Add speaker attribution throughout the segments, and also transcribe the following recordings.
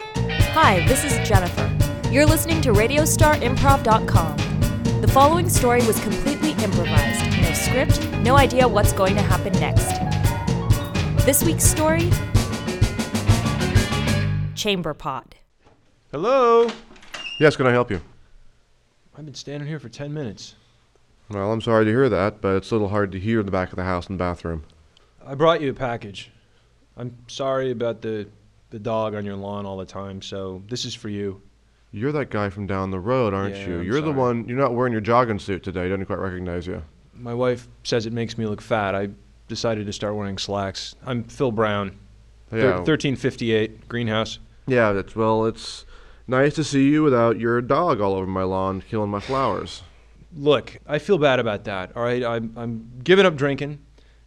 Speaker 1: Hi, this is Jennifer. You're listening to RadiostarImprov.com. The following story was completely improvised. No script, no idea what's going to happen next. This week's story Chamber Pot.
Speaker 2: Hello?
Speaker 3: Yes, can I help you?
Speaker 2: I've been standing here for 10 minutes.
Speaker 3: Well, I'm sorry to hear that, but it's a little hard to hear in the back of the house and bathroom.
Speaker 2: I brought you a package. I'm sorry about the, the dog on your lawn all the time, so this is for you.
Speaker 3: You're that guy from down the road, aren't
Speaker 2: Yeah,
Speaker 3: you?
Speaker 2: I'm
Speaker 3: you're the
Speaker 2: sorry.
Speaker 3: one. You're not wearing your jogging suit today. I didn't quite recognize you.
Speaker 2: My wife says it makes me look fat. I decided to start wearing slacks. I'm Phil Brown, thir-
Speaker 3: Yeah.
Speaker 2: 1358, greenhouse.
Speaker 3: yeah. That's well. It's nice to see you without your dog all over my lawn killing my flowers.
Speaker 2: Look, I feel bad about that, all right? I'm, I'm giving up drinking.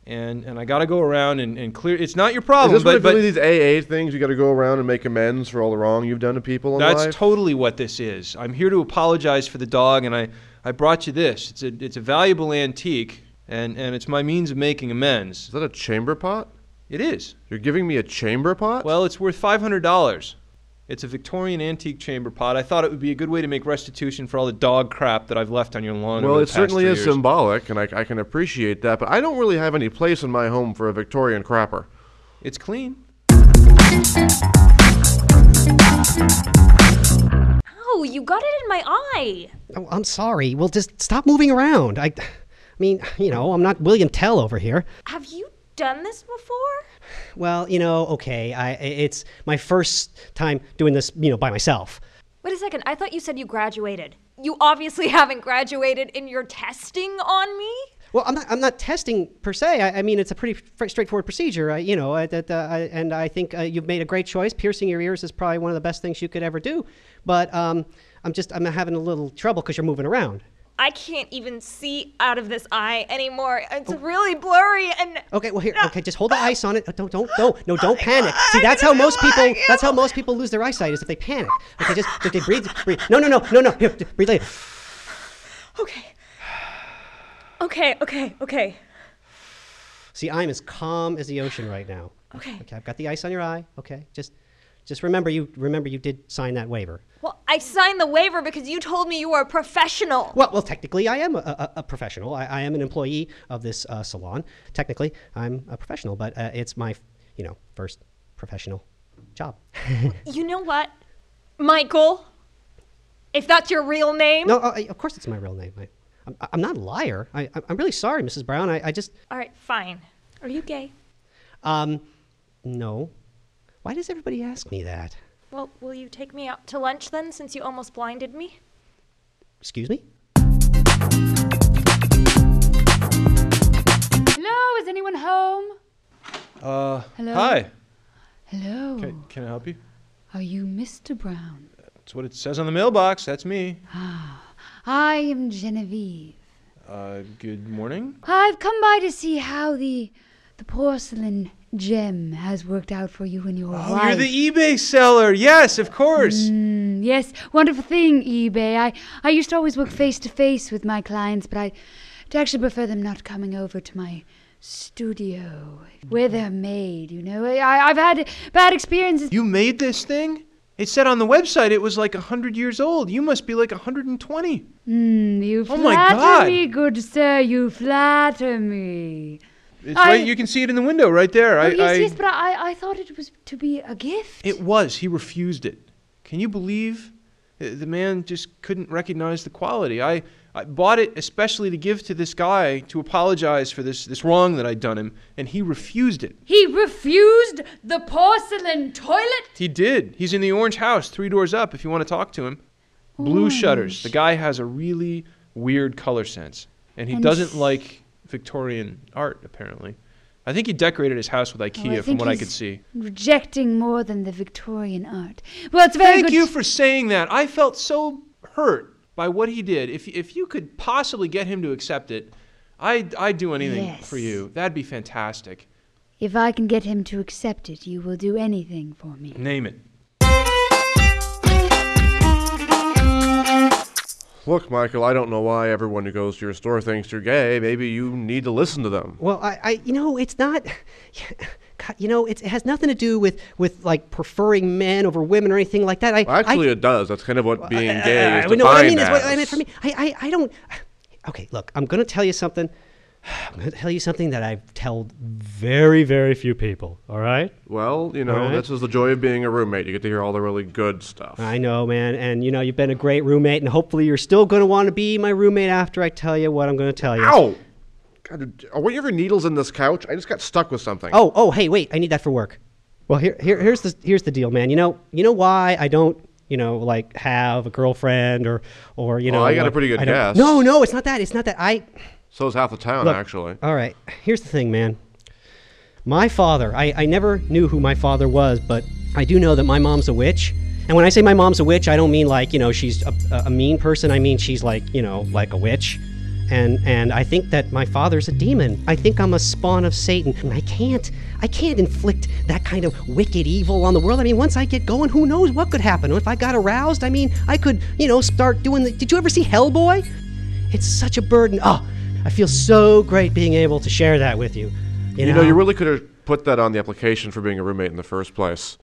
Speaker 2: And, and I gotta go around and, and clear. It's not your
Speaker 3: Is
Speaker 2: problem,
Speaker 3: this one
Speaker 2: but,
Speaker 3: of really
Speaker 2: but
Speaker 3: these AA things? You got to go around and make amends for all the wrong you've done to people in
Speaker 2: that's
Speaker 3: life.
Speaker 2: totally what this is. I'm here to apologize for the dog, and I, I brought you this. It's a it's a valuable antique, and, and it's my means of making amends.
Speaker 3: is that a chamber pot?
Speaker 2: It is.
Speaker 3: You're giving me a chamber pot?
Speaker 2: Well, it's worth five hundred dollars. It's a Victorian antique chamber pot. I thought it would be a good way to make restitution for all the dog crap that I've left on your lawn.
Speaker 3: Well,
Speaker 2: over
Speaker 3: it
Speaker 2: the past
Speaker 3: certainly
Speaker 2: three
Speaker 3: is
Speaker 2: years.
Speaker 3: symbolic, and I, I can appreciate that, but I don't really have any place in my home for a Victorian crapper.
Speaker 2: It's clean.
Speaker 1: Ow, Oh, you got it in my eye.
Speaker 4: Oh, I'm sorry. Well, just stop moving around. I, I mean, you know, I'm not William Tell over here.
Speaker 1: Have you done this before?
Speaker 4: Well, you know, okay. I it's my first time doing this, you know, by myself.
Speaker 1: Wait a second, I thought you said you graduated. You obviously haven't graduated in your testing on me?
Speaker 4: Well, I'm not. I'm not testing per se. I, I mean, it's a pretty f- straightforward procedure. I, you know, I, that uh, I, and I think uh, you've made a great choice. Piercing your ears is probably one of the best things you could ever do. But um, I'm just I'm having a little trouble because you're moving around.
Speaker 1: I can't even see out of this eye anymore. It's really blurry and
Speaker 4: Okay, well here,
Speaker 1: No.
Speaker 4: okay, just hold the ice on it. Uh, Don't, don't, don't, no, don't
Speaker 1: my
Speaker 4: panic.
Speaker 1: God,
Speaker 4: See, that's how
Speaker 1: I'm
Speaker 4: most people,
Speaker 1: lying.
Speaker 4: that's how most people lose their eyesight is if they panic. Okay, just, okay, breathe, breathe. No, no, no, no, no. Here, d- breathe later.
Speaker 1: Okay. Okay, okay, okay.
Speaker 4: See, I'm as calm as the ocean right now.
Speaker 1: Okay.
Speaker 4: Okay, I've got the ice on your eye. Okay, just, just remember you, remember you did sign that waiver.
Speaker 1: Well, I signed the waiver because you told me you were a professional.
Speaker 4: Well, well, technically, I am a, a, a professional. I, I am an employee of this uh, salon. Technically, I'm a professional, but uh, it's my, you know, first professional job.
Speaker 1: You know what? Michael, if that's your real name.
Speaker 4: No, uh, of course it's my real name. I, I'm, I'm not a liar. I, I'm- I'm really sorry, Mrs. Brown. I, I just,
Speaker 1: All right, fine. Are you gay?
Speaker 4: um, no. Why does everybody ask me that?
Speaker 1: Well, will you take me out to lunch then since you almost blinded me?
Speaker 4: Excuse me?
Speaker 5: Hello, is anyone home?
Speaker 2: Uh,
Speaker 5: Hello?
Speaker 2: Hi.
Speaker 5: Hello.
Speaker 2: Can, can I help you?
Speaker 5: Are you Mr. Brown?
Speaker 2: That's what it says on the mailbox. That's me.
Speaker 5: I am Genevieve.
Speaker 2: Uh, good morning.
Speaker 5: I've come by to see how the the porcelain gem has worked out for you and your
Speaker 2: Oh,
Speaker 5: wife.
Speaker 2: you're the eBay seller. Yes, of course.
Speaker 5: Mm, yes, wonderful thing, eBay. I I used to always work face to face with my clients, but I would actually prefer them not coming over to my studio where they're made. You know, I I've had bad experiences.
Speaker 2: You made this thing? It said on the website it was like 100 years old. You must be like 120.
Speaker 5: Mm, you
Speaker 2: Oh
Speaker 5: flatter
Speaker 2: my God.
Speaker 5: me, good sir. You flatter me.
Speaker 2: It's
Speaker 5: I-
Speaker 2: right, you can see it in the window right there. I,
Speaker 5: oh, yes,
Speaker 2: I,
Speaker 5: yes, but I, I thought it was to be a gift.
Speaker 2: It was. He refused it. Can you believe? Uh, The man just couldn't recognize the quality. I, I bought it especially to give to this guy to apologize for this, this wrong that I'd done him, and he refused it.
Speaker 5: he refused the porcelain toilet.
Speaker 2: He did. He's in the orange house, three doors up, if you want to talk to him. Blue shutters. The guy has a really weird color sense, and he
Speaker 5: And
Speaker 2: doesn't
Speaker 5: s-
Speaker 2: like Victorian art, apparently. I think he decorated his house with IKEA, from
Speaker 5: Oh, think
Speaker 2: what I
Speaker 5: he's
Speaker 2: could see.
Speaker 5: Rejecting more than the Victorian art. Well, it's very
Speaker 2: Thank
Speaker 5: good.
Speaker 2: you for saying that. I felt so hurt by what he did. If if you could possibly get him to accept it, I I'd do anything
Speaker 5: Yes.
Speaker 2: for you. That'd be fantastic.
Speaker 5: if I can get him to accept it, you will do anything for me.
Speaker 2: Name it.
Speaker 3: Look, Michael, I don't know why everyone who goes to your store thinks you're gay. Maybe you need to listen to them.
Speaker 4: Well, I, I you know, it's not. God, you know, it's, it has nothing to do with with like preferring men over women or anything like that. I
Speaker 3: Well, actually,
Speaker 4: I,
Speaker 3: it does. That's kind of what being
Speaker 4: I-
Speaker 3: gay
Speaker 4: I-
Speaker 3: is
Speaker 4: I- no, what I
Speaker 3: defined
Speaker 4: mean is what I
Speaker 3: as.
Speaker 4: meant for me. I, I, I don't. Okay, look, I'm going to tell you something. I'm going to tell you something that I've told.
Speaker 6: Very, very few people. All right.
Speaker 3: Well, you know,
Speaker 6: Right.
Speaker 3: this is the joy of being a roommate. You get to hear all the really good stuff.
Speaker 4: I know, man, and you know you've been a great roommate, and hopefully you're still going to want to be my roommate after I tell you what I'm going to tell you.
Speaker 3: Ow! God, are one of your needles in this couch? I just got stuck with something.
Speaker 4: Oh, oh, hey, wait, I need that for work. Well, here, here, here's the here's the deal, man. You know, you know why I don't, you know, like have a girlfriend or or you
Speaker 3: Well,
Speaker 4: know.
Speaker 3: Oh, I got a
Speaker 4: like,
Speaker 3: pretty good
Speaker 4: I don't-
Speaker 3: guess.
Speaker 4: No, no, it's not that. It's not that. I
Speaker 3: So is half the town,
Speaker 4: Look, uh,
Speaker 3: actually.
Speaker 4: All right. Here's the thing, man. My father, I, I never knew who my father was, but I do know that my mom's a witch. And when I say my mom's a witch, I don't mean like, you know, she's a, a mean person. I mean she's like, you know, like a witch. And and I think that my father's a demon. I think I'm a spawn of Satan. And I can't I can't inflict that kind of wicked evil on the world. I mean, once I get going, who knows what could happen? If I got aroused, I mean, I could, you know, start doing the Did you ever see Hellboy? It's such a burden. Oh, I feel so great being able to share that with you. You,
Speaker 3: You know, you really could have put that on the application for being a roommate in the first place.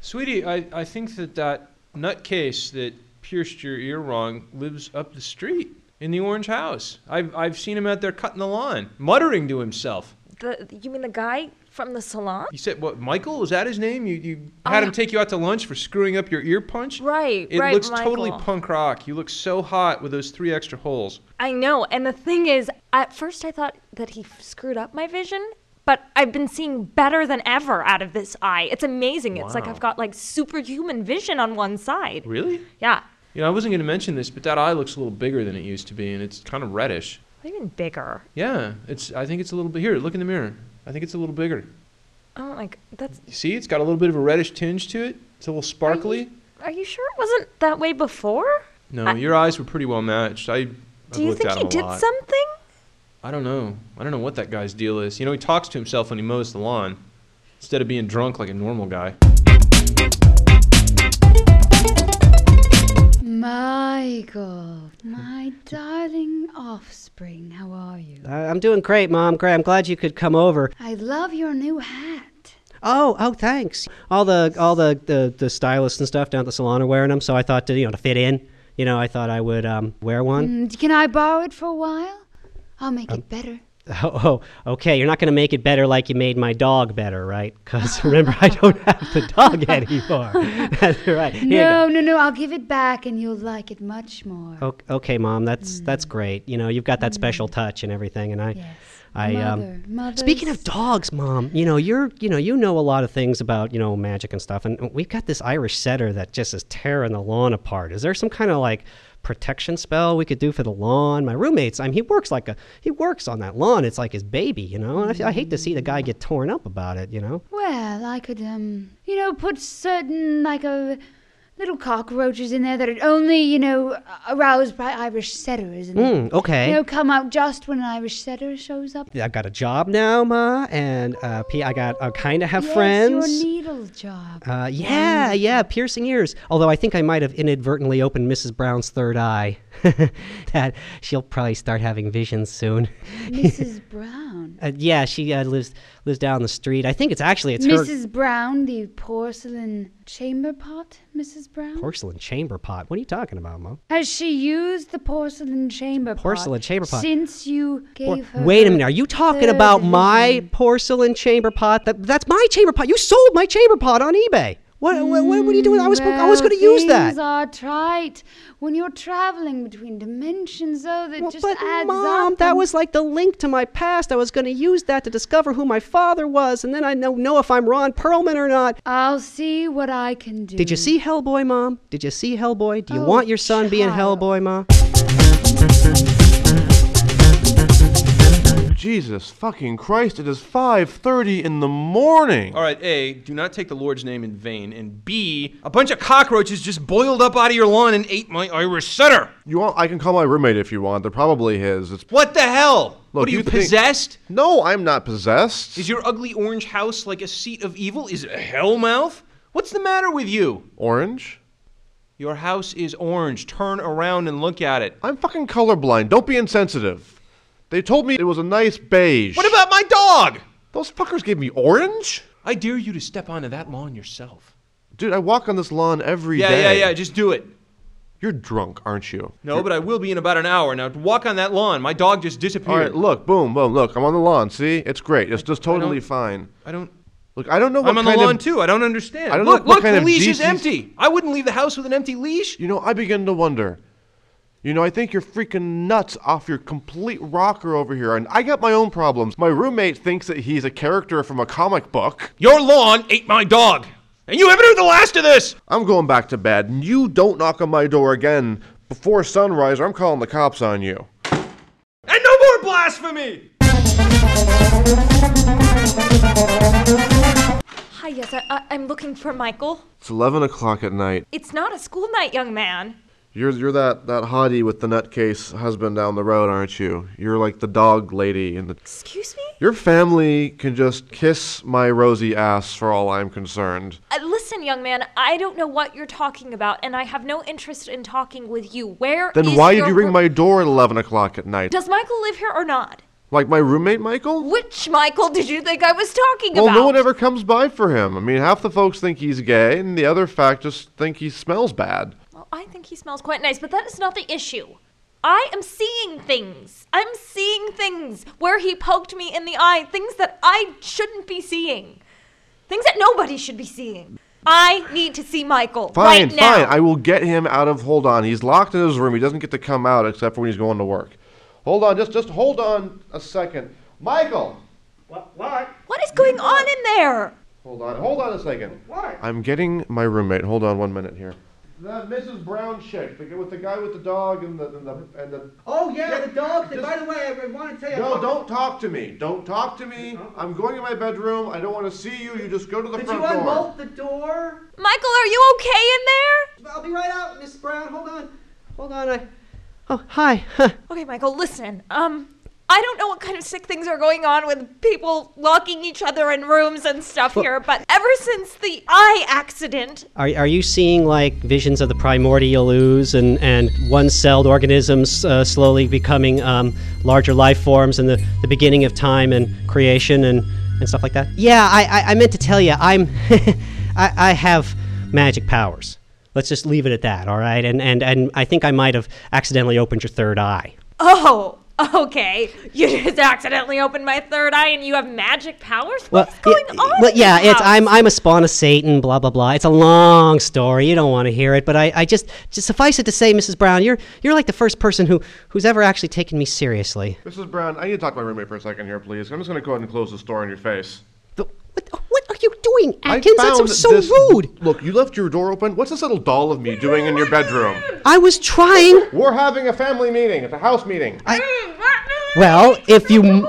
Speaker 2: Sweetie, I, I think that that nutcase that pierced your ear wrong lives up the street in the orange house. I've, I've seen him out there cutting the lawn, muttering to himself.
Speaker 1: The, you mean the guy from the salon?
Speaker 2: You said, what, Michael? Was that his name? You, you had him take you out to lunch for screwing up your ear punch?
Speaker 1: Oh, Right,
Speaker 2: It
Speaker 1: right,
Speaker 2: looks totally
Speaker 1: Michael.
Speaker 2: punk rock. You look so hot with those three extra holes.
Speaker 1: I know. And the thing is, at first I thought that he f- screwed up my vision, but I've been seeing better than ever out of this eye. It's amazing. It's like
Speaker 2: Wow.
Speaker 1: I've got like superhuman vision on one side.
Speaker 2: Really?
Speaker 1: Yeah.
Speaker 2: You know, I wasn't going to mention this, but that eye looks a little bigger than it used to be, and it's kind of reddish.
Speaker 1: Even bigger.
Speaker 2: Yeah, it's. I think it's a little bit. Here, look in the mirror. I think it's a little bigger.
Speaker 1: Oh my. g- That's.
Speaker 2: You see, it's got a little bit of a reddish tinge to it. It's a little sparkly.
Speaker 1: Are you sure it wasn't that way before?
Speaker 2: No,
Speaker 1: I-
Speaker 2: your eyes were pretty well matched. I. I've
Speaker 1: Do you
Speaker 2: looked
Speaker 1: think
Speaker 2: at
Speaker 1: he
Speaker 2: him a
Speaker 1: did
Speaker 2: lot.
Speaker 1: something?
Speaker 2: I don't know. I don't know what that guy's deal is. You know, he talks to himself when he mows the lawn, instead of being drunk like a normal guy.
Speaker 5: Michael, my
Speaker 2: Hmm.
Speaker 5: darling offspring, how are you?
Speaker 4: Uh, I'm doing great, Mom. Great. I'm glad you could come over.
Speaker 5: I love your new hat.
Speaker 4: Oh, oh, thanks. All the all the the, the stylists and stuff down at the salon are wearing them, so I thought to you know to fit in, you know, I thought I would um, wear one.
Speaker 5: Mm, Can I borrow it for a while? I'll make
Speaker 2: Um,
Speaker 5: it better.
Speaker 4: Oh, oh, okay. You're not going to make it better like you made my dog better, right? Because remember, I don't have the dog anymore. That's right. Here you go.
Speaker 5: No, no, no, I'll give it back and you'll like it much more.
Speaker 4: O- Okay, mom, that's that's great. You know, you've got that special touch and everything, and I,
Speaker 5: Mm. Yes.
Speaker 4: I
Speaker 5: Mother-
Speaker 4: um. Speaking of
Speaker 5: mothers-
Speaker 4: dogs, mom, you know you're you know you know a lot of things about you know magic and stuff, and we've got this Irish setter that just is tearing the lawn apart. Is there some kind of like protection spell we could do for the lawn? My roommates, I mean, he works like a he works on that lawn. It's like his baby, you know. And I, I hate to see the guy get torn up about it, you know.
Speaker 5: Well, I could, um, you know, put certain, like, uh, little cockroaches in there that are only, you know, aroused by Irish setters. And,
Speaker 4: Hmm, okay.
Speaker 5: You know, come out just when an Irish setter shows up.
Speaker 4: I've got a job now, ma, and uh, P. I got I kind of have
Speaker 5: yes,
Speaker 4: friends.
Speaker 5: your needle job.
Speaker 4: Uh, yeah, yeah, piercing ears. Although I think I might have inadvertently opened Mrs. Brown's third eye. that she'll probably start having visions soon.
Speaker 5: Mm-hmm. Mrs. Brown.
Speaker 4: Uh, yeah, she uh, lives lives down the street. I think it's actually it's her
Speaker 5: Mrs. Brown, the porcelain chamber pot, Mrs. Brown?
Speaker 4: porcelain chamber pot. What are you talking about, Mom?
Speaker 5: Has she used the porcelain chamber pot?
Speaker 4: Porcelain chamber pot.
Speaker 5: Since you
Speaker 4: Or-
Speaker 5: gave her.
Speaker 4: wait a
Speaker 5: her
Speaker 4: minute, are you talking
Speaker 5: third
Speaker 4: about my
Speaker 5: vision?
Speaker 4: porcelain chamber pot? That, that's my chamber pot. You sold my chamber pot on eBay. What, what, what are you doing? I was I was
Speaker 5: Well,
Speaker 4: going to use that.
Speaker 5: Things are trite when you're traveling between dimensions, though. That
Speaker 4: Well,
Speaker 5: just
Speaker 4: but
Speaker 5: adds
Speaker 4: mom,
Speaker 5: up.
Speaker 4: that
Speaker 5: and-
Speaker 4: was like the link to my past. I was going to use that to discover who my father was, and then I know know if I'm Ron Perlman or not.
Speaker 5: I'll see what I can do.
Speaker 4: Did you see Hellboy, mom? Did you see Hellboy? Do you
Speaker 5: Um, Oh,
Speaker 4: want your son being
Speaker 5: child.
Speaker 4: Hellboy, ma?
Speaker 3: Jesus fucking Christ! It is 5:30 in the morning.
Speaker 2: All right, A, do not take the Lord's name in vain. And B, a bunch of cockroaches just boiled up out of your lawn and ate my Irish setter.
Speaker 3: You want? I can call my roommate if you want. They're probably his. It's
Speaker 2: What the hell?
Speaker 3: Look,
Speaker 2: what are you,
Speaker 3: you think-
Speaker 2: possessed?
Speaker 3: no, I'm not possessed.
Speaker 2: Is your ugly orange house like a seat of evil? Is it a hellmouth? What's the matter with you?
Speaker 3: orange?
Speaker 2: Your house is orange. Turn around and look at it.
Speaker 3: I'm fucking colorblind. Don't be insensitive. They told me it was a nice beige.
Speaker 2: What about my dog?
Speaker 3: Those fuckers gave me orange?
Speaker 2: I dare you to step onto that lawn yourself.
Speaker 3: Dude, I walk on this lawn every day.
Speaker 2: Yeah, yeah, yeah. Just do it.
Speaker 3: You're drunk, aren't you?
Speaker 2: No, but I will be in about an hour. Now walk on that lawn. My dog just disappeared.
Speaker 3: All right, look, boom, boom, look. I'm on the lawn. See, it's great. It's just
Speaker 2: I don't-
Speaker 3: totally fine.
Speaker 2: I don't.
Speaker 3: Look, I don't know what
Speaker 2: I'm on the
Speaker 3: kind
Speaker 2: lawn
Speaker 3: of,
Speaker 2: too. I don't understand.
Speaker 3: I don't know
Speaker 2: look,
Speaker 3: what
Speaker 2: look,
Speaker 3: kind
Speaker 2: the
Speaker 3: of
Speaker 2: leash is
Speaker 3: GCs
Speaker 2: empty. I wouldn't leave the house with an empty leash.
Speaker 3: You know, I begin to wonder. You know, I think you're freaking nuts off your complete rocker over here, and I got my own problems. My roommate thinks that he's a character from a comic book.
Speaker 2: Your lawn ate my dog, and you haven't heard the last of this.
Speaker 3: I'm going back to bed, and you don't knock on my door again before sunrise, or I'm calling the cops on you.
Speaker 2: And no more blasphemy.
Speaker 1: Hi, yes, I, I, I'm looking for Michael.
Speaker 3: It's 11 o'clock at night.
Speaker 1: It's not a school night, young man.
Speaker 3: You're you're that that hottie with the nutcase husband down the road, aren't you? You're like the dog lady in the.
Speaker 1: Excuse me?
Speaker 3: Your family can just kiss my rosy ass for all I'm concerned.
Speaker 1: Uh, listen, young man, I don't know what you're talking about, and I have no interest in talking with you. Where
Speaker 3: Then
Speaker 1: is
Speaker 3: why did
Speaker 1: your
Speaker 3: you ring
Speaker 1: roo-
Speaker 3: my door at 11 o'clock at night?
Speaker 1: Does Michael live here or not?
Speaker 3: like my roommate Michael?
Speaker 1: Which Michael did you think I was talking
Speaker 3: Well,
Speaker 1: about?
Speaker 3: no one ever comes by for him. I mean, half the folks think he's gay, and the other fact just think he smells bad.
Speaker 1: Well, I think he smells quite nice, but that is not the issue. I am seeing things. I'm seeing things where he poked me in the eye, things that I shouldn't be seeing, things that nobody should be seeing. I need to see Michael
Speaker 3: Fine,
Speaker 1: right now.
Speaker 3: fine. I will get him out of. Hold on. He's locked in his room. He doesn't get to come out except for when he's going to work. Hold on. Just just hold on a second, Michael.
Speaker 7: What? What?
Speaker 1: what is going on in there?
Speaker 3: Hold on, hold on a second.
Speaker 7: What?
Speaker 3: I'm getting my roommate. Hold on one minute here. That Mrs. Brown chick, the, g- with the guy with the dog and the and the, and the
Speaker 7: Oh yeah, the
Speaker 3: Yeah,
Speaker 7: dog. thing.
Speaker 3: just-
Speaker 7: by the way, I, I want to tell you.
Speaker 3: no, don't talk to me. Don't talk to me. I'm going in my bedroom. I don't want to see you. You just go to the
Speaker 7: Did you
Speaker 3: front door.
Speaker 7: unbolt the door?
Speaker 1: Michael, are you okay in there?
Speaker 7: I'll be right out, Miss Brown. Hold on. Hold on. I.
Speaker 4: Oh, hi.
Speaker 1: Okay, Michael, listen. Um, I don't know what kind of sick things are going on with people locking each other in rooms and stuff here, but ever since the eye accident,
Speaker 4: Are, are you seeing like visions of the primordial ooze and, and one celled organisms uh, slowly becoming um, larger life forms and the, the beginning of time and creation and, and stuff like that? Yeah, I, I, I meant to tell you, I'm I, I have magic powers. Let's just leave it at that, all right? And, and, and I think I might have accidentally opened your third eye.
Speaker 1: oh, okay, you just accidentally opened my third eye and you have magic powers. What's going
Speaker 4: y-
Speaker 1: on?
Speaker 4: well,
Speaker 1: in
Speaker 4: yeah,
Speaker 1: this
Speaker 4: it's I'm
Speaker 1: house?
Speaker 4: I'm a spawn of Satan, blah blah blah. It's a long story. You don't want to hear it, but I, I just just suffice it to say, Mrs. Brown, you're you're like the first person who who's ever actually taken me seriously.
Speaker 3: Mrs. Brown, I need to talk to my roommate for a second here, please. I'm just going to go ahead and close this door in your face.
Speaker 4: The- what, what are you doing,
Speaker 3: I
Speaker 4: Atkins? That's so,
Speaker 3: found
Speaker 4: so
Speaker 3: this-
Speaker 4: rude.
Speaker 3: Look, you left your door open. What's this little doll of me doing in your bedroom?
Speaker 4: I was trying.
Speaker 3: We're having a family meeting. It's a house meeting.
Speaker 4: Well, if you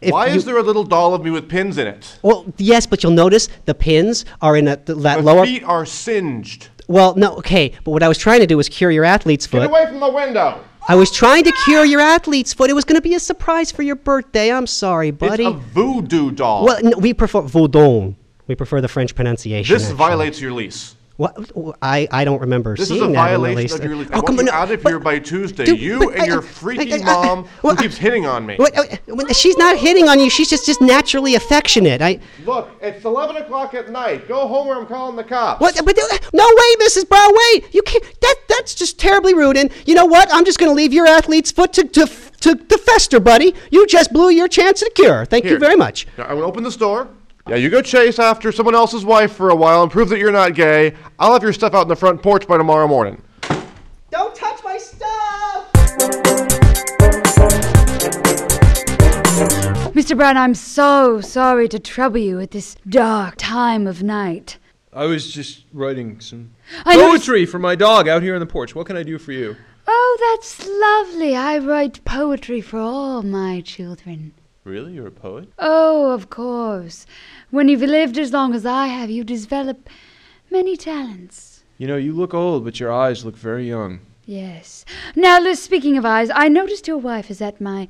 Speaker 4: if
Speaker 3: Why
Speaker 4: you-
Speaker 3: is there a little doll of me with pins in it?
Speaker 4: well, yes, but you'll notice the pins are in a, th- that
Speaker 3: The
Speaker 4: lower.
Speaker 3: feet are singed.
Speaker 4: Well, no, okay, but what I was trying to do was cure your athlete's
Speaker 3: Get
Speaker 4: foot.
Speaker 3: away from the window.
Speaker 4: I was trying to cure your athlete's foot. It was going to be a surprise for your birthday. I'm sorry, buddy.
Speaker 3: It's a voodoo doll.
Speaker 4: Well, no, we prefer Vaudon. We prefer the French pronunciation.
Speaker 3: this
Speaker 4: actually.
Speaker 3: violates your lease.
Speaker 4: What? I, I don't remember
Speaker 3: This is
Speaker 4: seeing
Speaker 3: a
Speaker 4: that in the
Speaker 3: violation
Speaker 4: lease.
Speaker 3: of your lease.
Speaker 4: Oh,
Speaker 3: I
Speaker 4: come
Speaker 3: want
Speaker 4: on!
Speaker 3: you
Speaker 4: no,
Speaker 3: out of
Speaker 4: but-
Speaker 3: here by Tuesday.
Speaker 4: dude,
Speaker 3: you
Speaker 4: but
Speaker 3: and
Speaker 4: I-
Speaker 3: your
Speaker 4: I-
Speaker 3: freaky
Speaker 4: I- I-
Speaker 3: mom
Speaker 4: well,
Speaker 3: who
Speaker 4: I-
Speaker 3: keeps hitting on me.
Speaker 4: What, uh, when- she's not hitting on you. She's just just naturally affectionate. I.
Speaker 3: Look, it's 11 o'clock at night. Go home or I'm calling the cops.
Speaker 4: What? But uh, no way, Mrs. Brown. Wait, you can't. That that's just terribly rude. And you know what? I'm just going to leave your athlete's foot to to, to to fester, buddy. You just blew your chance at a cure. Thank you
Speaker 3: Here.
Speaker 4: very much.
Speaker 3: Now, I'm going to open this door. Yeah, you go chase after someone else's wife for a while and prove that you're not gay. I'll have your stuff out in the front porch by tomorrow morning.
Speaker 7: Don't touch my stuff.
Speaker 5: Mr. Brown, I'm so sorry to trouble you at this dark time of night.
Speaker 2: I was just writing some
Speaker 5: I noticed-
Speaker 2: poetry for my dog out here on the porch. What can I do for you?
Speaker 5: Oh, that's lovely. I write poetry for all my children.
Speaker 2: Really? You're a poet?
Speaker 5: Oh, of course. When you've lived as long as I have, you develop many talents.
Speaker 2: You know, you look old, but your eyes look very young.
Speaker 5: Yes. Now, Liz, speaking of eyes, I noticed your wife is at my.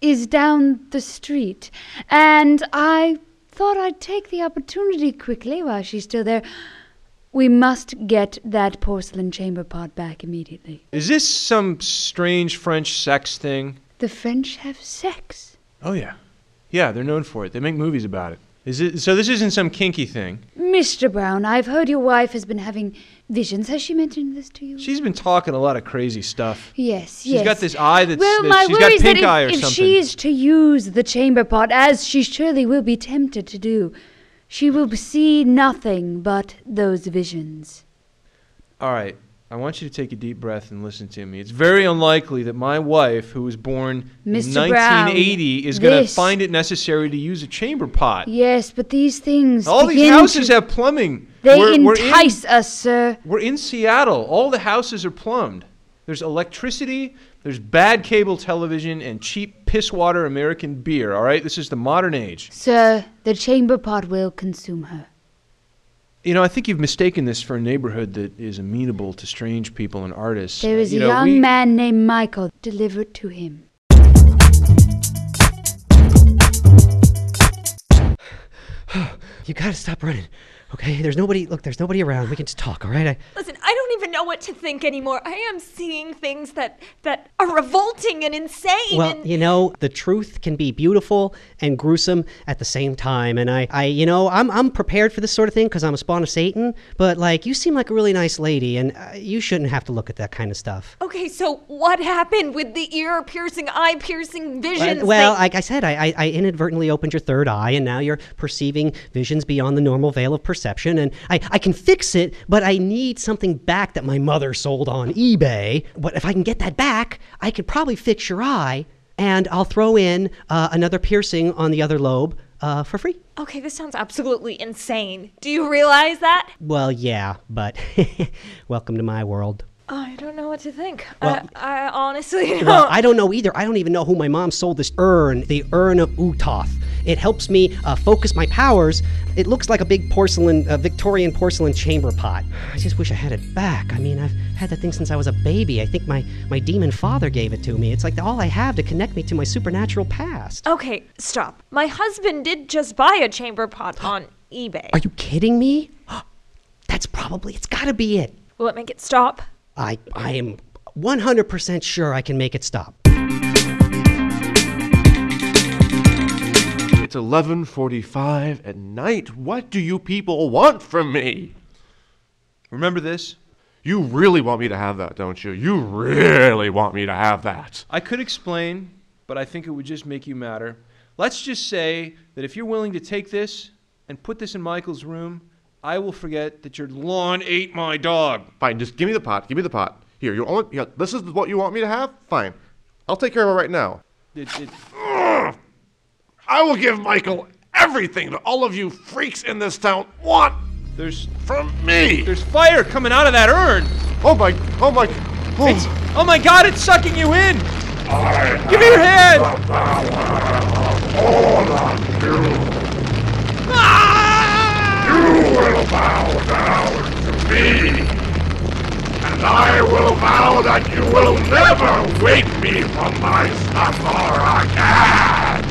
Speaker 5: is down the street, and I thought I'd take the opportunity quickly while she's still there. We must get that porcelain chamber pot back immediately.
Speaker 2: Is this some strange French sex thing?
Speaker 5: The French have sex.
Speaker 2: Oh yeah, yeah, they're known for it. They make movies about it. Is it so? This isn't some kinky thing.
Speaker 5: Mr. Brown, I've heard your wife has been having visions. Has she mentioned this to you?
Speaker 2: She's been talking a lot of crazy stuff.
Speaker 5: yes,
Speaker 2: She's
Speaker 5: yes.
Speaker 2: got this eye that's,
Speaker 5: Well,
Speaker 2: that's-
Speaker 5: my
Speaker 2: she's
Speaker 5: worry
Speaker 2: got
Speaker 5: is that
Speaker 2: pink
Speaker 5: if,
Speaker 2: eye or
Speaker 5: if
Speaker 2: something.
Speaker 5: she is to use the chamber pot, as she surely will be tempted to do, she will see nothing but those visions.
Speaker 2: All right. I want you to take a deep breath and listen to me. It's very unlikely that my wife, who was born in
Speaker 5: Mr. Brown,
Speaker 2: 1980, is going to
Speaker 5: this-
Speaker 2: find it necessary to use a chamber pot.
Speaker 5: Yes, but these things
Speaker 2: All these
Speaker 5: begin
Speaker 2: houses
Speaker 5: to,
Speaker 2: have plumbing.
Speaker 5: they
Speaker 2: We're- we're in-
Speaker 5: entice us, sir.
Speaker 2: We're in Seattle. All the houses are plumbed. There's electricity, there's bad cable television, and cheap piss water American beer, all right? This is the modern age.
Speaker 5: Sir, the chamber pot will consume her.
Speaker 2: You know, I think you've mistaken this for a neighborhood that is amenable to strange people and artists.
Speaker 5: There is
Speaker 2: You
Speaker 5: a
Speaker 2: know,
Speaker 5: young
Speaker 2: we-
Speaker 5: man named Michael. Deliver it to him.
Speaker 4: You gotta stop running, okay? There's nobody. Look, there's nobody around. We can just talk, all right? I,
Speaker 1: Listen, I don't even know what to think anymore. I am seeing things that that are revolting and insane.
Speaker 4: well,
Speaker 1: and
Speaker 4: you know, the truth can be beautiful and gruesome at the same time, and I, I, you know, I'm, I'm prepared for this sort of thing because I'm a spawn of Satan. But like, you seem like a really nice lady, and uh, you shouldn't have to look at that kind of stuff.
Speaker 1: okay, so what happened with the ear piercing, eye piercing visions?
Speaker 4: Well, well,
Speaker 1: thing?
Speaker 4: like I said, I, I, I inadvertently opened your third eye, and now you're perceiving visions beyond the normal veil of perception. And I, I can fix it, but I need something back that my mother sold on eBay. But if I can get that back, I could probably fix your eye, and I'll throw in uh, another piercing on the other lobe uh, for free.
Speaker 1: okay, this sounds absolutely insane. Do you realize that?
Speaker 4: Well, yeah, but welcome to my world.
Speaker 1: I don't know what to think.
Speaker 4: Well-
Speaker 1: I, I honestly don't.
Speaker 4: Well, I don't know either. I don't even know who my mom sold this urn, the urn of Utoth. It helps me uh, focus my powers. It looks like a big porcelain, uh, Victorian porcelain chamber pot. I just wish I had it back. I mean, I've had that thing since I was a baby. I think my, my demon father gave it to me. It's like all I have to connect me to my supernatural past.
Speaker 1: okay, stop. My husband did just buy a chamber pot on eBay.
Speaker 4: Are you kidding me? That's probably, it's gotta be it.
Speaker 1: Will it make it stop?
Speaker 4: I, I am 100% sure I can make it stop.
Speaker 3: It's 11:45 at night. What do you people want from me?
Speaker 2: Remember this?
Speaker 3: You really want me to have that, don't you? You really want me to have that.
Speaker 2: I could explain, but I think it would just make you madder. Let's just say that if you're willing to take this and put this in Michael's room, I will forget that your lawn ate my dog.
Speaker 3: Fine, just give me the pot. Give me the pot. Here, you only yeah, this is what you want me to have? Fine. I'll take care of it right now.
Speaker 2: It, it,
Speaker 3: I will give Michael everything that all of you freaks in this town want
Speaker 2: there's
Speaker 3: from me.
Speaker 2: there's fire coming out of that urn.
Speaker 3: Oh my, oh my. Oh.
Speaker 2: It's, oh my God! It's sucking you in. Give me your hand.
Speaker 8: And I will vow that you will never wake me from my slumber again!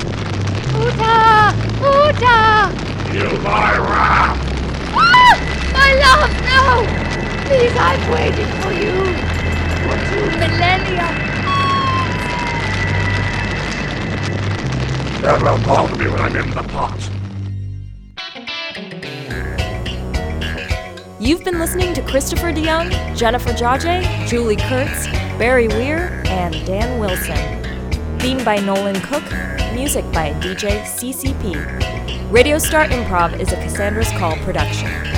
Speaker 5: Uta! Uta!
Speaker 8: Feel my wrath!
Speaker 5: Ah! My love, no! Please, I've waited for you for two millennia.
Speaker 8: Never bother me when I'm in the pot!
Speaker 9: You've been listening to Christopher DeYoung, Jennifer Jaje, Julie Kurtz, Barry Weir, and Dan Wilson. Theme by Nolan Cook, music by DJ CCP. Radio Star Improv is a Cassandra's Call production.